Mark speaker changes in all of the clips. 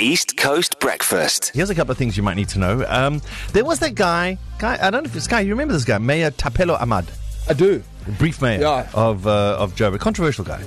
Speaker 1: East Coast Breakfast.
Speaker 2: Here's a couple of things you might need to know. Um, there was that guy, guy. I don't know if it's guy. You remember this guy, Mayor Tapelo Ahmad,
Speaker 3: I do.
Speaker 2: brief mayor
Speaker 3: Yeah.
Speaker 2: of uh, of Joburg, controversial guy.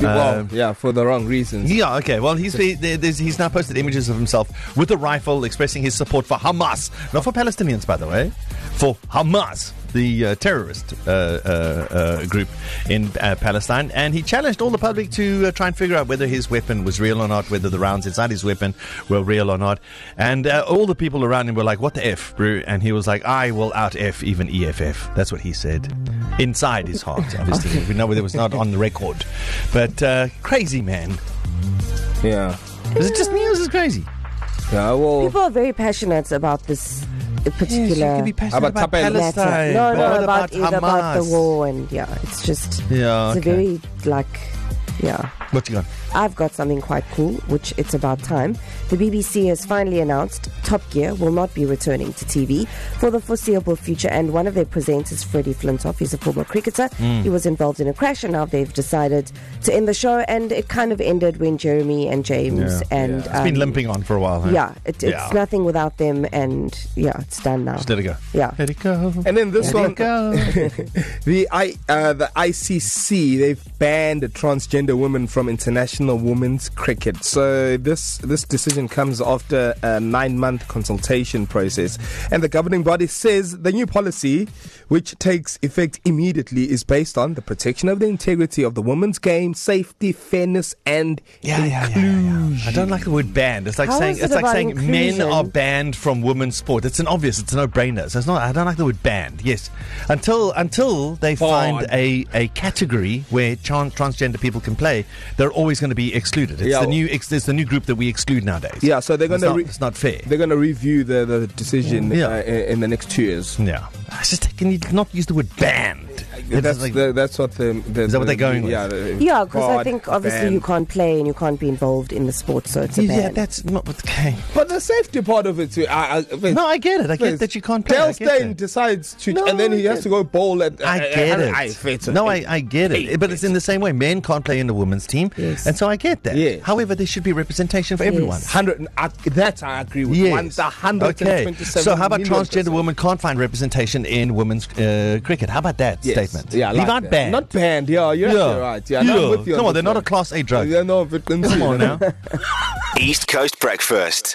Speaker 3: well,
Speaker 2: Um,
Speaker 3: yeah, for the wrong reasons.
Speaker 2: Yeah, okay. Well, he's he- there's, he's now posted images of himself with a rifle expressing his support for Hamas, not for Palestinians, by the way, for Hamas, the uh, terrorist uh, uh, uh, group in uh, Palestine. And he challenged all the public to uh, try and figure out whether his weapon was real or not, whether the rounds inside his weapon were real or not. And uh, all the people around him were like, "What the f, bro?" And he was like, "I will out f even EFF." That's what he said inside his heart. Obviously, we know it was not on the record, but uh, crazy man.
Speaker 3: Yeah.
Speaker 2: Is it just me or is it crazy?
Speaker 3: Yeah, well,
Speaker 4: People are very passionate about this particular
Speaker 3: About about
Speaker 4: matter.
Speaker 3: Palestine,
Speaker 4: No, no, about, about, about the war and yeah, it's just
Speaker 2: Yeah,
Speaker 4: it's
Speaker 2: okay.
Speaker 4: a very like yeah.
Speaker 2: What you got?
Speaker 4: I've got something quite cool, which it's about time. The BBC has finally announced Top Gear will not be returning to TV for the foreseeable future, and one of their presenters, Freddie Flintoff, is a former cricketer.
Speaker 2: Mm.
Speaker 4: He was involved in a crash, and now they've decided to end the show. And it kind of ended when Jeremy and James
Speaker 2: Yeah.
Speaker 4: and
Speaker 2: It's been
Speaker 4: um,
Speaker 2: limping on for a while. Huh?
Speaker 4: Yeah, it, it's
Speaker 2: Yeah.
Speaker 4: nothing without them, and yeah, it's done now.
Speaker 2: Just let it go.
Speaker 4: Yeah.
Speaker 2: Let it go.
Speaker 3: and then
Speaker 2: Let
Speaker 3: this one,
Speaker 2: it go.
Speaker 3: the I, uh, the ICC, they've banned transgender women from international women's cricket. So this this decision comes after a nine month consultation process, and the governing body says the new policy, which takes effect immediately, is based on the protection of the integrity of the women's game, safety, fairness, and
Speaker 2: yeah, yeah, yeah, yeah, yeah. I don't like the word banned. It's like
Speaker 4: How
Speaker 2: saying
Speaker 4: is it
Speaker 2: it's like
Speaker 4: about
Speaker 2: saying men
Speaker 4: inclusion?
Speaker 2: are banned from women's sport. It's an obvious. It's a no-brainer. So it's not. I don't like the word banned. Yes, until until they find a, a category where tran- transgender people can play, they're always going to be excluded. It's
Speaker 3: Yeah,
Speaker 2: the
Speaker 3: well-
Speaker 2: new. It's, it's the new group that we exclude nowadays.
Speaker 3: Yeah, so they're
Speaker 2: It's
Speaker 3: gonna
Speaker 2: not-
Speaker 3: re-
Speaker 2: It's not fair.
Speaker 3: They're going to review the, the decision
Speaker 2: Yeah.
Speaker 3: uh, i- in the next two years.
Speaker 2: Yeah. It's just, can you not use the word banned? It
Speaker 3: That's,
Speaker 2: doesn't-
Speaker 3: the, that's what the, the
Speaker 2: Is that what they're going with?
Speaker 3: yeah, with?
Speaker 4: Yeah, because I think obviously you can't play and you can't be involved in the sport, so it's a
Speaker 2: yeah,
Speaker 4: ban.
Speaker 2: that's not what okay.
Speaker 3: But the safety part of it too. I, I, wait,
Speaker 2: No, I get it. I get that you can't play. I get
Speaker 3: Dale Steyn
Speaker 2: that.
Speaker 3: decides to,
Speaker 2: No,
Speaker 3: and then he
Speaker 2: I
Speaker 3: has
Speaker 2: get-
Speaker 3: to go bowl at.
Speaker 2: I get it.
Speaker 3: I, fit.
Speaker 2: no, I, I get it. But it's in the same way. Men can't play in the women's team.
Speaker 4: Yes.
Speaker 2: And so I get that.
Speaker 3: Yes.
Speaker 2: However, there should be representation for everyone.
Speaker 4: Yes.
Speaker 3: Hundred. and- I- That I agree with. One,
Speaker 2: Yes.
Speaker 3: the hundred and
Speaker 2: Okay.
Speaker 3: twenty-seven
Speaker 2: So, how about
Speaker 3: million
Speaker 2: transgender
Speaker 3: percent.
Speaker 2: women can't find representation in women's uh, cricket? How about that
Speaker 3: Yes.
Speaker 2: statement?
Speaker 3: Yeah, I
Speaker 2: Leave
Speaker 3: like
Speaker 2: out
Speaker 3: that.
Speaker 2: banned.
Speaker 3: Not banned. Yeah, you're actually right. Yeah, no, I'm with you.
Speaker 2: Come
Speaker 3: on
Speaker 2: on, they're
Speaker 3: this
Speaker 2: not a
Speaker 3: one.
Speaker 2: class A drug.
Speaker 3: Yeah, no, but
Speaker 2: Come on now.
Speaker 1: East Coast Breakfast.